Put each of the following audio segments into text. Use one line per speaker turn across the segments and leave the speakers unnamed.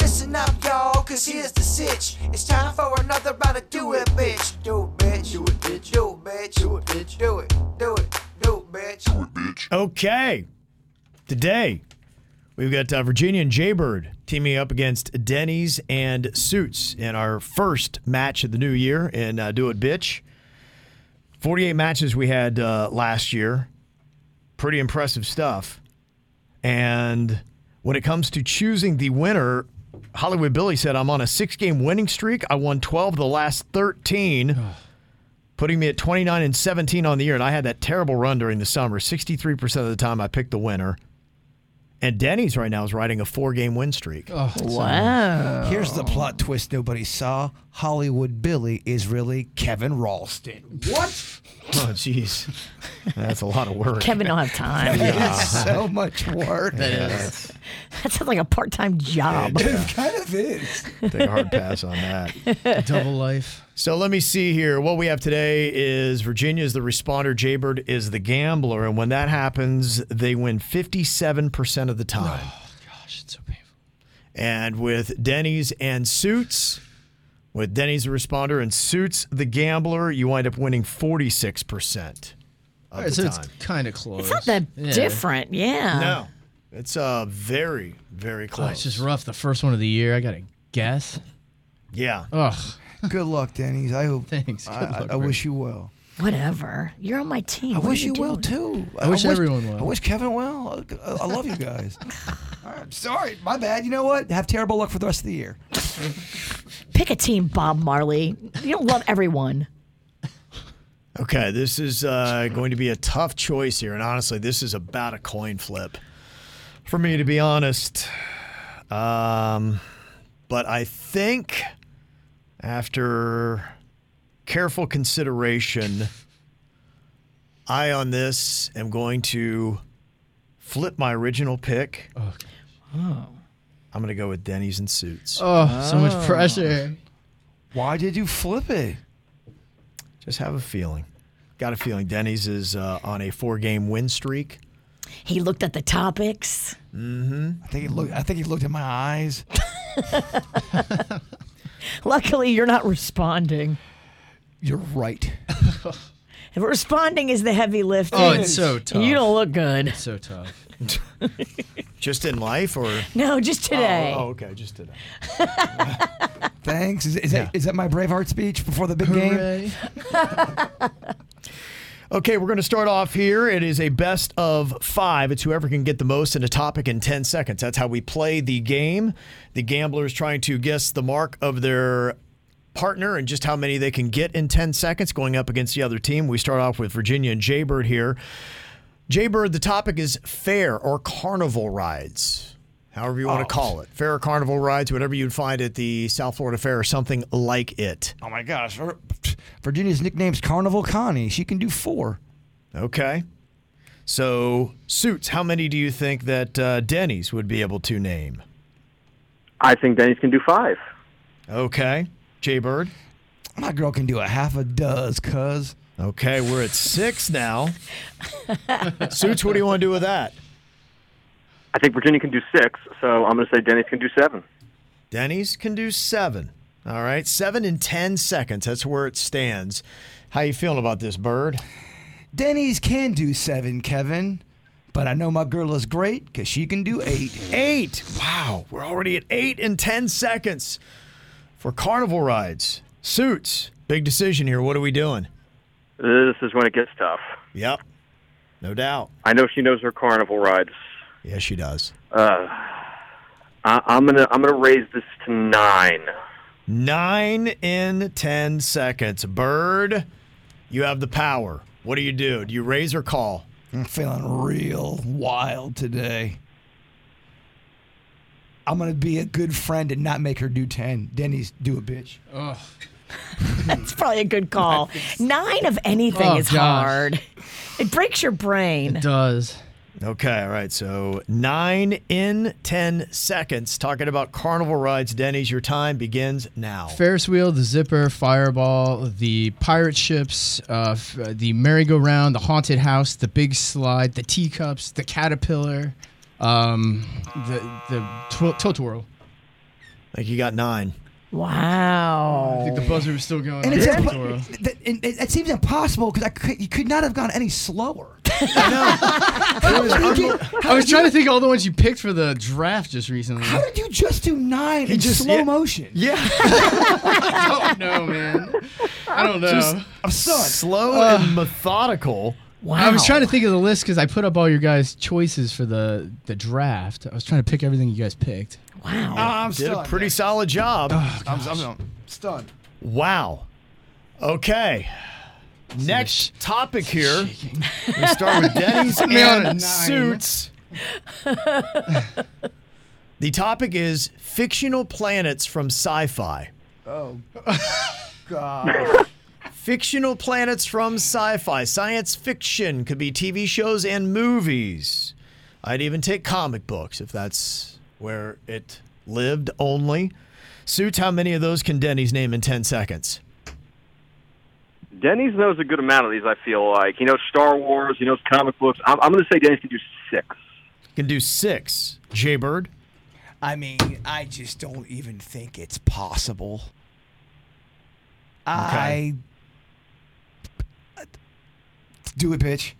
Listen up, y'all, cause here's the sitch. It's time for another round of do it, bitch. Do it, bitch. Do it, bitch. Do it, bitch. Do it, bitch. Oh, Do it, do it, do it, bitch. Do it, bitch.
Okay. Today, we've got uh, Virginia and Jaybird teaming up against Denny's and Suits in our first match of the new year in uh, Do It Bitch. 48 matches we had uh, last year. Pretty impressive stuff. And when it comes to choosing the winner, Hollywood Billy said, I'm on a six game winning streak. I won 12 of the last 13 putting me at 29 and 17 on the year. And I had that terrible run during the summer. 63% of the time I picked the winner. And Denny's right now is riding a four game win streak.
Wow.
Here's the plot twist nobody saw. Hollywood Billy is really Kevin Ralston.
Oh, jeez. That's a lot of work.
Kevin don't have time.
It's so much work.
That sounds like a part-time job.
It kind of is.
Take a hard pass on that.
double life.
So let me see here. What we have today is Virginia is the responder, Jaybird is the gambler. And when that happens, they win 57% of the time.
Oh, Gosh, it's so painful.
And with Denny's and Suits, with Denny's the responder and Suits the gambler, you wind up winning 46% of
All right,
the
so
time.
it's kind of close.
It's not that
Yeah.
different. Yeah.
No, it's uh, very, very
Oh,
close.
it's just rough. The first one of the year. I got to guess.
Yeah.
Ugh.
Good luck, Denny's. I hope.
Thanks. Good
I, I-
luck,
I
Rick.
wish you well.
Whatever. You're on my team.
I
What are
wish you well,
doing?
too.
I wish everyone well.
I wish Kevin well. I, I love you guys. I'm sorry. My bad. You know what? Have terrible luck for the rest of the year.
Pick a team, Bob Marley. You don't love everyone.
Okay, this is uh, going to be a tough choice here, and honestly, this is about a coin flip for me, to be honest. Um, but I think after careful consideration, I on this am going to flip my original pick. I'm going to go with Denny's and Suits.
Oh, so much pressure.
Why did you flip it?
Just have a feeling. Got a feeling Denny's is uh, on a four-game win streak.
He looked at the topics.
I think he looked. I think he looked in my eyes.
Luckily, you're not responding.
You're right.
If responding is the heavy lift,
Oh, it's so tough.
you don't look good.
So tough.
Just in life, or
No, just today.
Oh, okay, just today.
Thanks. Is, is, that, is that my Braveheart speech before the big game?
Hooray.
Okay, we're going to start off here. It is a best of five. It's whoever can get the most in a topic in 10 seconds. That's how we play the game. The gambler is trying to guess the mark of their partner and just how many they can get in 10 seconds going up against the other team. We start off with Virginia and Jaybird here. Jaybird, the topic is fair or carnival rides, however you want to call it. Fair or carnival rides, whatever you'd find at the South Florida Fair or something like it.
Oh my gosh. Her- Virginia's nickname's Carnival Connie. She can do four.
Okay. So, suits, how many do you think that uh, Denny's would be able to name?
I think Denny's can do five.
Okay. Jaybird.
My girl can do a half a does, cuz.
Okay, we're at six now. suits, what do you want to do with that?
I think Virginia can do six, so I'm going to say Denny's can do seven.
Denny's can do seven. All right, seven in 10 seconds. That's where it stands. How you feeling about this, Bird?
Denny's can do seven, Kevin. But I know my girl is great because she can do eight.
Eight. Wow, we're already at eight in 10 seconds. for carnival rides. Suits. Big decision here. What are we doing?
This is when it gets tough.
Yep. No doubt.
I know she knows her carnival rides.
Yes, she does.
Uh, I, I'm gonna I'm gonna raise this to nine.
Nine in 10 seconds. Bird, you have the power. What do you do? Do you raise or call?
I'm feeling real wild today. I'm gonna be a good friend and not make her do ten. Denny's do a bitch.
Ugh.
That's probably a good call. Nine of anything
Oh,
is
gosh.
hard. It breaks your brain.
It does.
Okay, all right. So nine in 10 seconds. Talking about carnival rides, Denny's, your time begins now.
Ferris wheel, the zipper, fireball, the pirate ships, uh, f- uh, the merry-go-round, the haunted house, the big slide, the teacups, the caterpillar, um, the the tw- Totoro.
I think you got nine.
Wow.
I think the buzzer was still going. on
And, it's
the
impo-
Totoro.
th- and it, it seems impossible because I could, you could not have gone any slower.
I was trying to think of all the ones you picked for the draft just recently.
How did you just do nine in
just-
slow
yeah.
motion?
Yeah.
I don't know, man. I don't know.
I'm stunned.
Slow and methodical.
Wow.
I was trying to think of the list because I put up all your guys' choices for the the draft. I was trying to pick everything you guys picked.
Wow.
Ah, I'm
Did a
stunned.
pretty solid job.
I'm, I'm stunned.
Wow. Okay. Next topic here. We start with Denny's
Man, nine.
and suits. the topic is fictional planets from sci-fi.
God.
Fictional planets from sci-fi. Science fiction could be TV shows and movies. I'd even take comic books if that's where it lived only. Suits, how many of those can Denny's name in 10 seconds?
Denny's knows a good amount of these. I feel like he knows Star Wars. He knows comic books. I'm, I'm gonna say Denny's can do six.
Can do six. Jay Bird.
I mean, I just don't even think it's possible. I do it, bitch.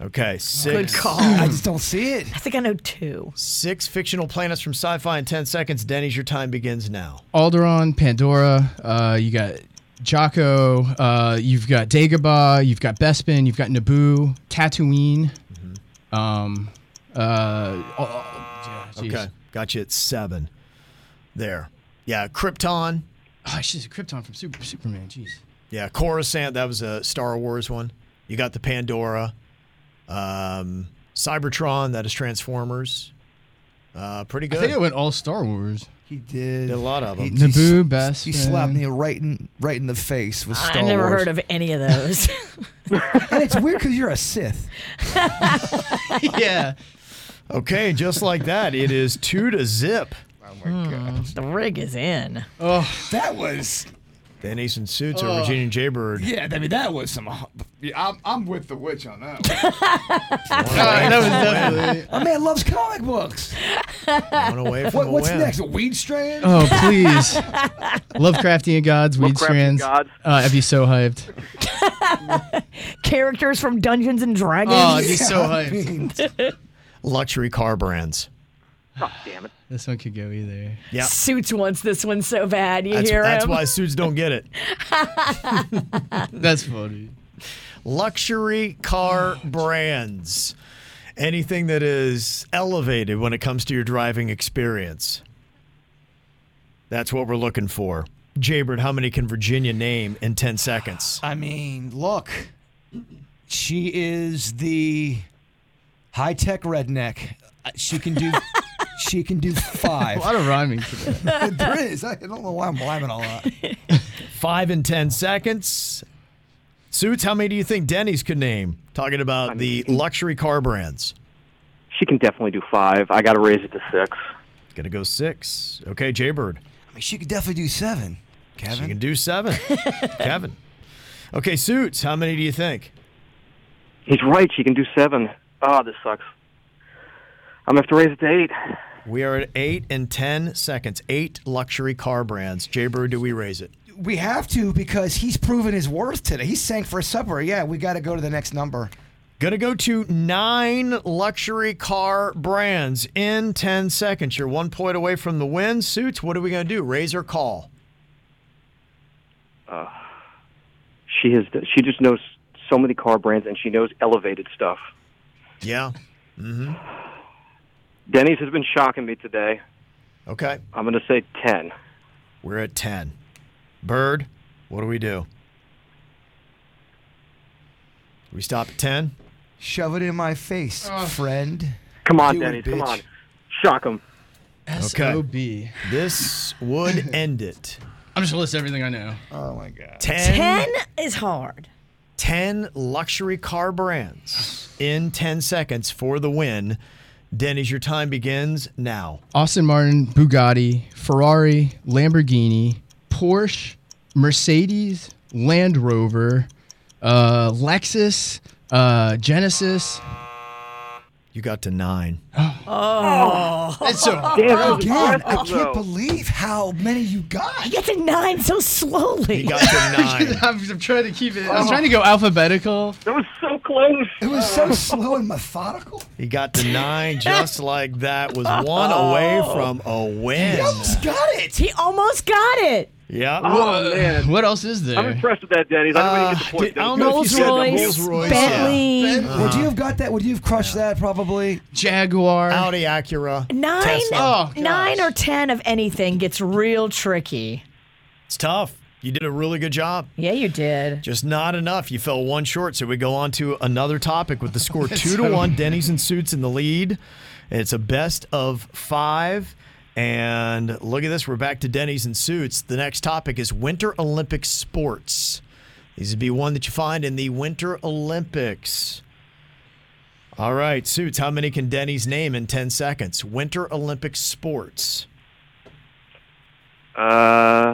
Okay, six.
Oh.
I just don't see it.
I think I know two.
Six fictional planets from sci-fi in 10 seconds. Denny's, your time begins now.
Alderon, Pandora. Uh, you got Jocko. Uh, you've got Dagobah. You've got Bespin. You've got Naboo. Tatooine.
Mm-hmm.
Um, uh, oh, oh, yeah, jeez.
Okay, got you at seven. There. Yeah, Krypton.
Oh, I should have Krypton from Super, Superman. Jeez.
Yeah, Coruscant. That was a Star Wars one. You got the Pandora. Um, Cybertron. That is Transformers. Uh, pretty
I
good.
think I went all Star Wars.
He did.
Did a lot of
He-
them.
he
Naboo,
s-
Best
He slapped
Friend.
me right in right in the face with
I
Star
never
Wars.
heard of any of those.
And it's weird because you're a Sith.
yeah.
Okay, just like that, it is two to zip.
the rig is in.
That was
Denny's and Suits
Oh.
or Virginia and Jaybird.
yeah. I mean, that was some.
Yeah, I'm, I'm with the witch on that one.
that was definitely.
My man loves comic books.
One away from
What,
a
what's
win.
next? A weed strand?
Oh please, Lovecraftian gods, weed
Lovecraftian
strands.
gods.
Uh, I'd be so hyped.
Characters from Dungeons and Dragons.
Oh, I'd be so hyped.
Luxury car brands.
Oh, damn it!
This one could go either.
Yeah.
Suits wants this one so bad. You
That's,
hear
that's
him?
why suits don't get it.
That's funny.
luxury car brands. Anything that is elevated when it comes to your driving experience. That's what we're looking for. Jaybird, how many can Virginia name in 10 seconds?
I mean, look, she is the high tech redneck. Uh, She can do. she can do
A
five.
lot of rhyming today.
there is. I don't know why I'm blaming all that.
Five in 10 seconds. Suits, how many do you think Denny's could name? Talking about the luxury car brands.
She can definitely do five. I got to raise it to six.
Gonna go six. Okay, Jaybird.
I mean, she could definitely do seven.
She
Kevin,
can do seven. Kevin. Okay, Suits, how many do you think?
He's right. She can do seven. Ah, this sucks. I'm gonna have to raise it to eight.
We are at eight and 10 seconds. Eight luxury car brands. Jaybird, do we raise it?
we have to because he's proven his worth today. He sang for supper. Yeah, we got to go to the next number.
Gonna go to nine luxury car brands in 10 seconds. You're one point away from the win. Suits, what are we gonna do? Raise or call?
Uh, she has. She just knows so many car brands, and she knows elevated stuff.
Yeah. Mm-hmm.
Denny's has been shocking me today.
Okay.
I'm going to say ten.
We're at 10. Bird, what do we do? We stop at 10?
Shove it in my face,
Oh.
friend.
Come on,
Do it,
Denny's. Come
bitch.
on, shock them.
S-O-B.
This would end it.
I'm just going to list everything I know.
Oh, my God.
10,
10 is hard.
10 luxury car brands in 10 seconds for the win. Denny's, your time begins now.
Austin Martin, Bugatti, Ferrari, Lamborghini, Porsche, Mercedes, Land Rover, uh, Lexus, uh, Genesis.
You got to nine.
Oh.
It's so
Again, I can't believe how many you got.
You get to nine so slowly.
You got to nine.
I'm, I'm trying to keep it. I'm trying to go alphabetical.
That was so close.
It was so slow and methodical.
He got to nine just like that. Was one away from a win.
You almost got it.
He almost got it.
Yeah.
Oh, man.
What else is
I'm
there?
impressed with that, Denny's. I didn't
Uh, did-
even get the
I
point.
don't know if you said the Rolls-Royce, yeah.
Bentley.
Ben, Would you have got that? Would you have crushed that? Probably.
Jaguar.
Audi, Acura,
Nine,
Tesla.
Oh, gosh.
nine or ten of anything gets real tricky.
It's tough. You did a really good job.
Yeah, you did.
Just not enough. You fell one short. So we go on to another topic with the score two to one. Denny's and Suits in the lead. It's a best of five. And look at this. We're back to Denny's and Suits. The next topic is Winter Olympic sports. These would be one that you find in the Winter Olympics. All right, Suits, how many can Denny's name in 10 seconds? Winter Olympic sports.
Uh,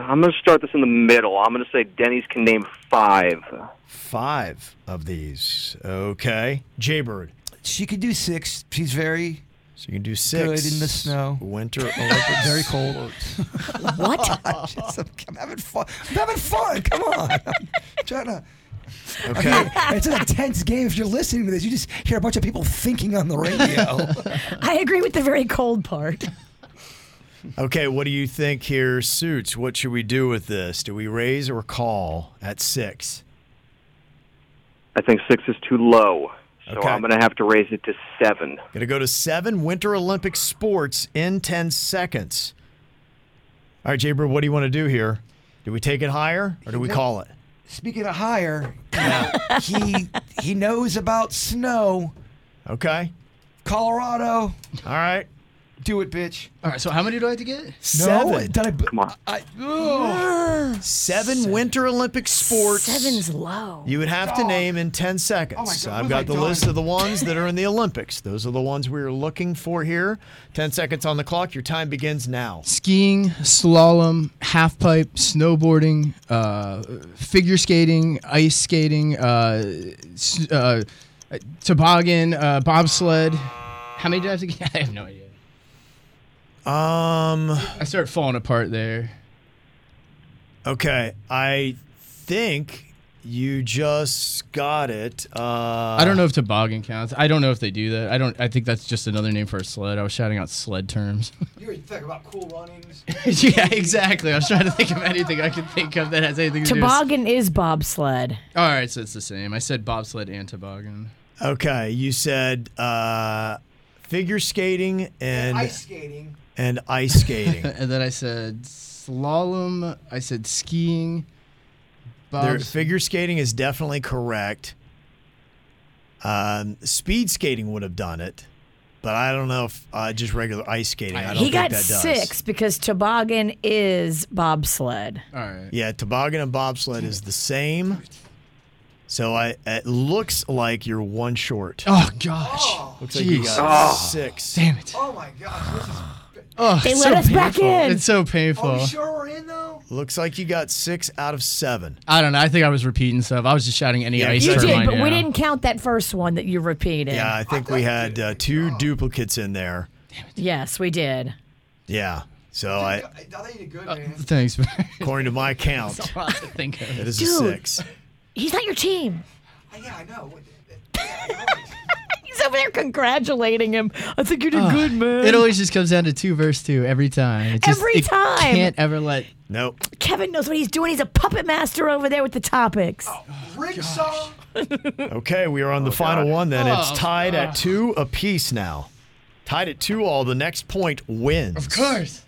I'm going to start this in the middle. I'm going to say Denny's can name five.
Five of these. Okay. Jaybird.
She could do six. She's very,
So you can do six.
Good in the snow.
Winter Olympics.
very cold.
What?
I'm, just- I'm having fun. I'm having fun. Come on. I'm trying to.
Okay.
It's an intense game. If you're listening to this, you just hear a bunch of people thinking on the radio.
Oh.
I agree with the very cold part.
okay. What do you think here, Suits? What should we do with this? Do we raise or call at six?
I think six is too low, so
Okay.
I'm going to have to raise it to seven.
Gonna go to seven Winter Olympic sports in 10 seconds. All right, Jaybird, what do you want to do here? Do we take it higher or do we call it?
Speaking of higher, he he knows about snow.
Okay.
Colorado,
All right.
do it, bitch.
All right, so how many do I have to get?
No,
Seven.
did I,
Come on.
I, ugh.
Seven Winter Olympic sports.
Seven's low.
You would have to name in 10
Oh my
seconds.
God,
I've
what have
got
I
the
done?
list of the ones that are in the Olympics. Those are the ones we are looking for here. 10 seconds on the clock. Your time begins now.
Skiing, slalom, half pipe, snowboarding, uh, figure skating, ice skating, uh, s- uh, toboggan, uh, bobsled. How many do I have to get? I have no idea.
Um,
I started falling apart there.
okay. I think you just got it. Uh,
I don't know if toboggan counts. I don't know if they do that. I don't. I think that's just another name for a sled. I was shouting out sled terms.
You were talking about cool runnings.
yeah, exactly. I was trying to think of anything I could think of that has anything to do.
Toboggan is bobsled.
with- All right, so it's the same. I said bobsled and toboggan.
Okay. You said uh, figure skating and,
Ice skating.
and ice skating.
And then I said slalom. I said skiing.
There,
Bobs-
Um, figure skating is definitely correct. Um, speed skating would have done it, but I don't know if uh, just regular ice skating. I don't
He
think
got
that does.
six because toboggan is bobsled.
All right.
Yeah, toboggan and bobsled is the same. So I it looks like you're one short.
Oh gosh.
looks like you
jeez. Oh.
got six.
Damn it.
Oh my gosh, this is.
Oh,
They
it's
let us back
painful.
in.
It's so painful.
Are we Oh, sure we're in though?
Looks like you got six out of seven.
I don't know. I think I was repeating stuff. I was just shouting any
Yeah,
ice
you
You
term. I
did, but
know.
we didn't count that first one that you repeated.
Yeah, I think we had uh, two duplicates in there.
Yes, we did.
Yeah. So I,
I thought you did good, man.
Uh, Thanks. man.
according to my count,
That's all I could think of.
it is a
Dude.
six.
He's not your team.
yeah, I know.
He's over there congratulating him. I think you did good, man.
It always just comes down to two verse two every time. It just,
Every
it
time.
Can't ever let.
Nope.
Kevin knows what he's doing. He's a puppet master over there with the topics.
Ring song.
Okay, we are on the final one then. It's
Oh,
tied at
God.
two apiece now. Tied at two all. The next point wins. Of
course.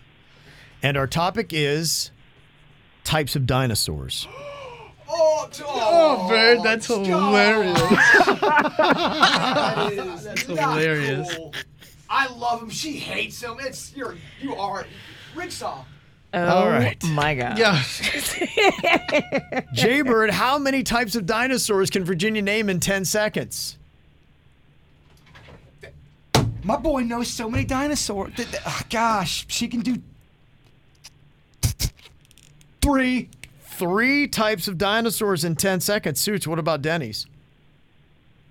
And our topic is types of dinosaurs.
Oh, oh,
Bird, that's hilarious.
that is that's
hilarious.
Cool. I love him. She hates him. It's you're you are Rick Saw.
Oh,
all right.
my God.
Yeah. Jaybird, how many types of dinosaurs can Virginia name in 10 seconds?
My boy knows so many dinosaurs. Th- th- ah, gosh, she can do.
Three. Three types of dinosaurs in 10 seconds. Suits, what about Denny's?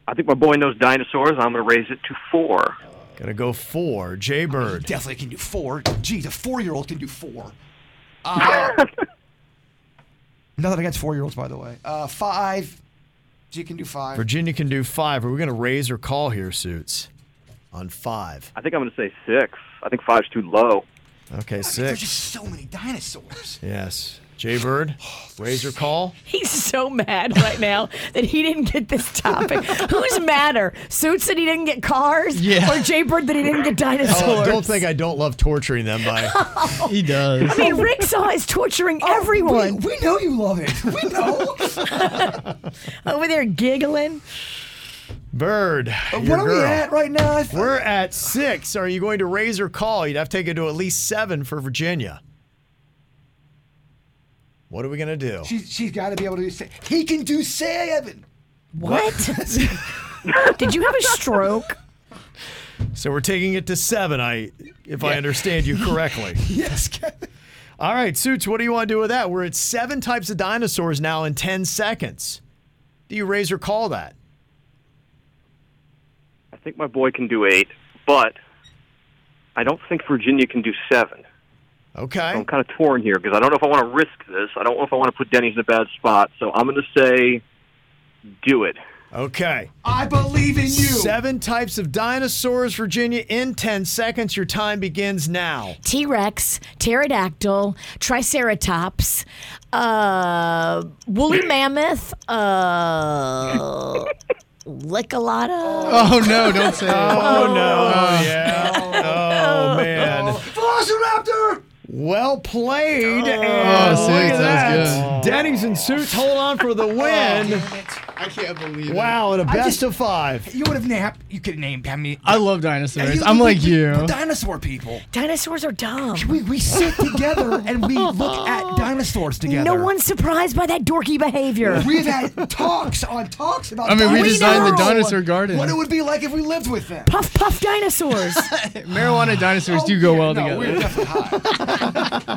I think my boy knows dinosaurs. I'm going to raise it to four.
Gonna go four. Jaybird.
Definitely can do four. Geez, a four-year-old can do four. Uh, nothing against four-year-olds, by the way. Uh, five. She can do five.
Virginia can do five. Are we gonna raise or call here, Suits? On five.
I think I'm going to say six. I think five's too low.
Okay,
There's
six.
just so many dinosaurs.
Yes. Jaybird, raise or call?
He's so mad right now that he didn't get this topic. Who's madder? Suits that he didn't get cars?
Yeah.
Or Jaybird that he didn't get dinosaurs?
Oh, don't think I don't love torturing them by.
he does.
I mean, Rigsaw is torturing
Oh,
everyone.
We know you love it. We know.
Over there giggling.
Bird. your
what are we
girl.
at right now? I-
We're at six. Are you going to raise or call? You'd have to take it to at least seven for Virginia. What are we going to do?
She, she's got to be able to do. se- He can do seven.
Did you have a stroke?
So we're taking it to seven, I, if I understand you correctly.
Yes, Kevin.
All right, Suits, what do you want to do with that? We're at seven types of dinosaurs now in 10 seconds. Do you raise or call that?
I think my boy can do eight, but I don't think Virginia can do seven. So
Okay.
I'm kind of torn here because I don't know if I want to risk this. I don't know if I want to put Denny's in a bad spot. So I'm going to say do it.
Okay.
I believe in you.
Seven types of dinosaurs, Virginia, in 10 seconds. Your time begins now.
T Rex, pterodactyl, triceratops, uh, woolly mammoth, uh, licolotta.
Oh, no, don't say it.
Oh, no. yeah. Oh, man.
Velociraptor.
Well played. Oh,
Oh, six, that was
that. Denny's and Suits hold on for the
Oh,
win.
I can't believe
wow, and a
I
best
just-
of five.
You would have named. You could have named how many?
I love
Yeah,
dinosaurs.
you-
I'm
we-
like
we-
you.
we're dinosaur people.
Dinosaurs are dumb.
We, we sit together and we look at dinosaurs together.
No one's surprised by that dorky behavior.
We've had talks on talks about.
I mean, we
dinosaurs.
designed the dinosaur garden.
What it would be like if we lived with them.
puff puff dinosaurs.
Marijuana and dinosaurs do go well
No, we're
together.
definitely high.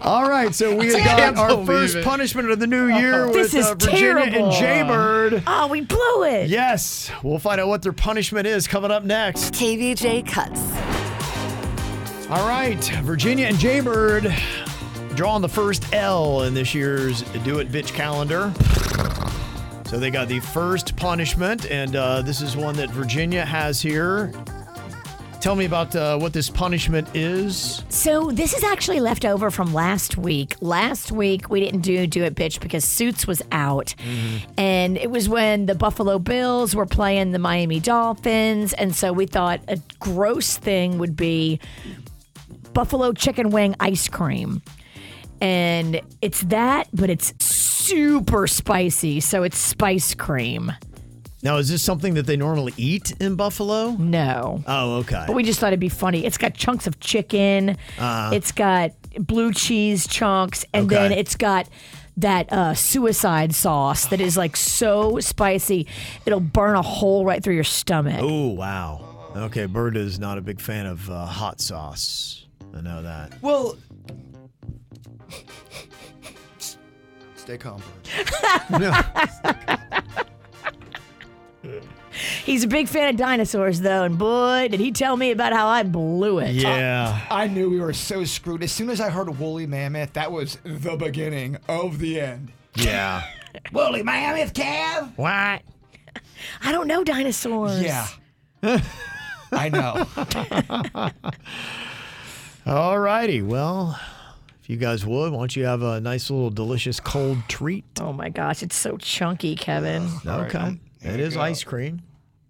All right, so we have
can't
got our
believe
first
it.
punishment of the new year
This
with uh,
is
Virginia
terrible.
and Jaybird.
oh, we blew it.
Yes, we'll find out what their punishment is coming up next.
KVJ Cuts.
All right, Virginia and Jaybird drawing the first L in this year's Do It Bitch calendar. So they got the first punishment, and uh, this is one that Virginia has here. Tell me about uh, what this punishment is.
So this is actually left over from last week. Last week we didn't do do it bitch because Suits was out. And it was when the Buffalo Bills were playing the Miami Dolphins and so we thought a gross thing would be buffalo chicken wing ice cream. And it's that but it's super spicy, so it's spice cream.
Now, is this something that they normally eat in Buffalo?
No.
Oh, okay.
But we just thought it'd be funny. It's got chunks of chicken. It's got blue cheese chunks, and
Uh. Okay.
then it's got that uh, suicide sauce that is like so spicy it'll burn a hole right through your stomach.
Oh, wow. Okay, Bird is not a big fan of uh, hot sauce. I know that.
Well. s- Stay calm. Bird.
He's a big fan of dinosaurs, though, and boy, did he tell me about how I blew it.
Yeah.
I knew we were so screwed. As soon as I heard woolly mammoth, that was the beginning of the end.
Yeah.
Woolly mammoth, Cav.
what?
I don't know dinosaurs.
Yeah. I know.
All righty. Well, if you guys would, why don't you have a nice little delicious cold treat?
Oh my gosh, it's so chunky, Kevin.
Okay. it is ice cream,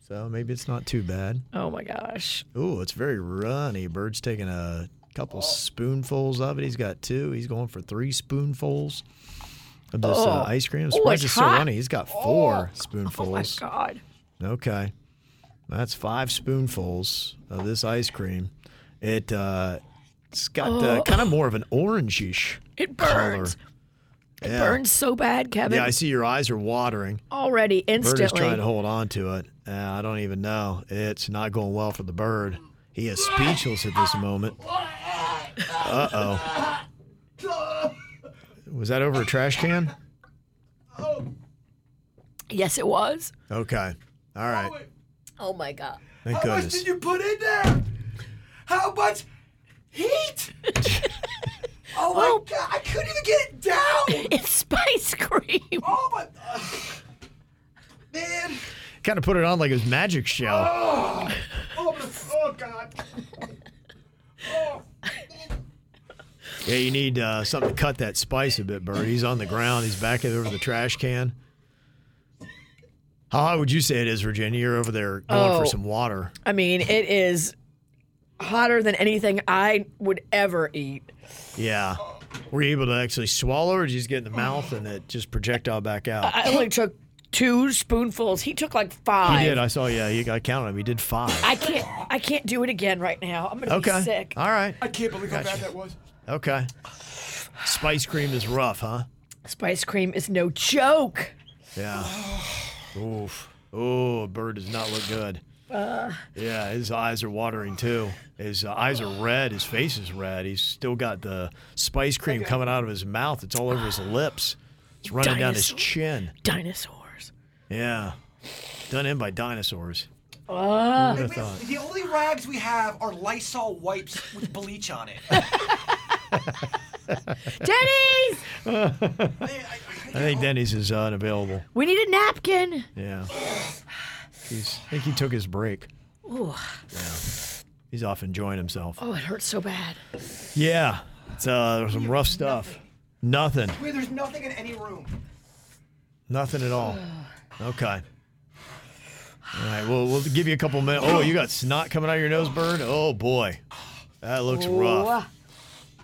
so maybe it's not too bad.
Oh Oh. my gosh.
Ooh, it's very runny. Bird's taking a couple spoonfuls of it. He's got two. He's going for three spoonfuls of this uh,
Oh.
ice cream. I'm
Oh, it's
surprised it's, so
hot. Oh.
runny. He's got four spoonfuls.
God.
Okay. That's five spoonfuls of this ice cream. It uh, it's got uh,
Oh.
kind of more of an orangish.
It burns.
Color.
It
Yeah.
burns so bad, Kevin.
Yeah, I see your eyes are watering.
Already,
Bird is
instantly.
trying to hold on to it. Uh, I don't even know. It's not going well for the bird. He is speechless at this moment. Uh oh. Was that over a trash can?
Yes, it was.
Okay. All right.
Oh my God.
Thank
How much
goodness.
did you put in there? How much heat? oh my god, I couldn't even get it down.
it's spice cream.
Oh my, man.
Kind of put it on like it was magic shell.
Oh, oh, my- oh god. Oh,
Yeah, you need uh, something to cut that spice a bit, Bird. He's on the ground. He's back over the trash can. How hot would you say it is, Virginia? You're over there going
Oh.
for some water.
I mean, it is hotter than anything I would ever eat.
Yeah. Were you able to actually swallow, or did you just get in the mouth and it just projectile back out?
I only took two spoonfuls. He took like five.
He did. I saw. Yeah, he, I counted him. He did five.
I can't. I can't do it again right now. I'm gonna
Okay.
be sick.
All right.
I can't believe how
Gotcha.
bad that was.
Okay. Spice cream is rough, huh?
Spice cream is no joke.
Yeah. Oof. Oh, bird does not look good.
Uh,
Yeah, his eyes are watering too. His eyes are red. His face is red. He's still got the spice cream coming out of his mouth. It's all over his lips. It's running down his
Ah. Dinosaur.
chin.
dinosaurs.
Yeah. Done in by dinosaurs.
Uh,
Who would've
We-
thought?
the only rags we have are Lysol wipes with bleach on it.
Denny's.
I think Denny's is unavailable.
We need a napkin.
Yeah. He's, I think he took his break.
Ooh.
He's off enjoying himself.
Oh, it hurts so bad.
Yeah. It's uh, some rough stuff. Nothing.
Wait, there's nothing in any room.
Nothing at all. Okay. All right. Well, we'll give you a couple minutes. Oh, you got snot coming out of your nose, bird. Oh boy, that looks rough.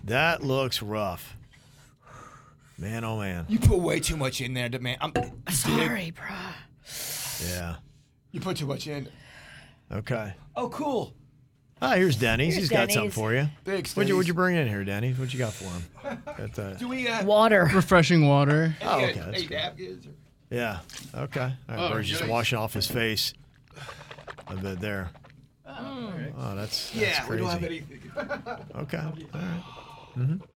That looks rough. Man, oh man.
You put way too much in there, to- man. I'm
Sorry, bro.
Yeah.
You put too much in.
Okay.
Oh, cool.
Ah, here's Denny's.
Here's
He's got something
Denny's.
for you.
Thanks,
What'd you, what'd
Denny's.
you bring in here, Denny? What you got for him? Got that.
Do we uh,
Water.
Refreshing water.
Oh, okay.
any
That's good.
napkins or-
Yeah. Okay. All
Oh,
right, Bird's just
yikes.
washing off his face a bit there. Oh, that's, that's
Yeah, we
crazy.
don't have anything.
Okay. All right.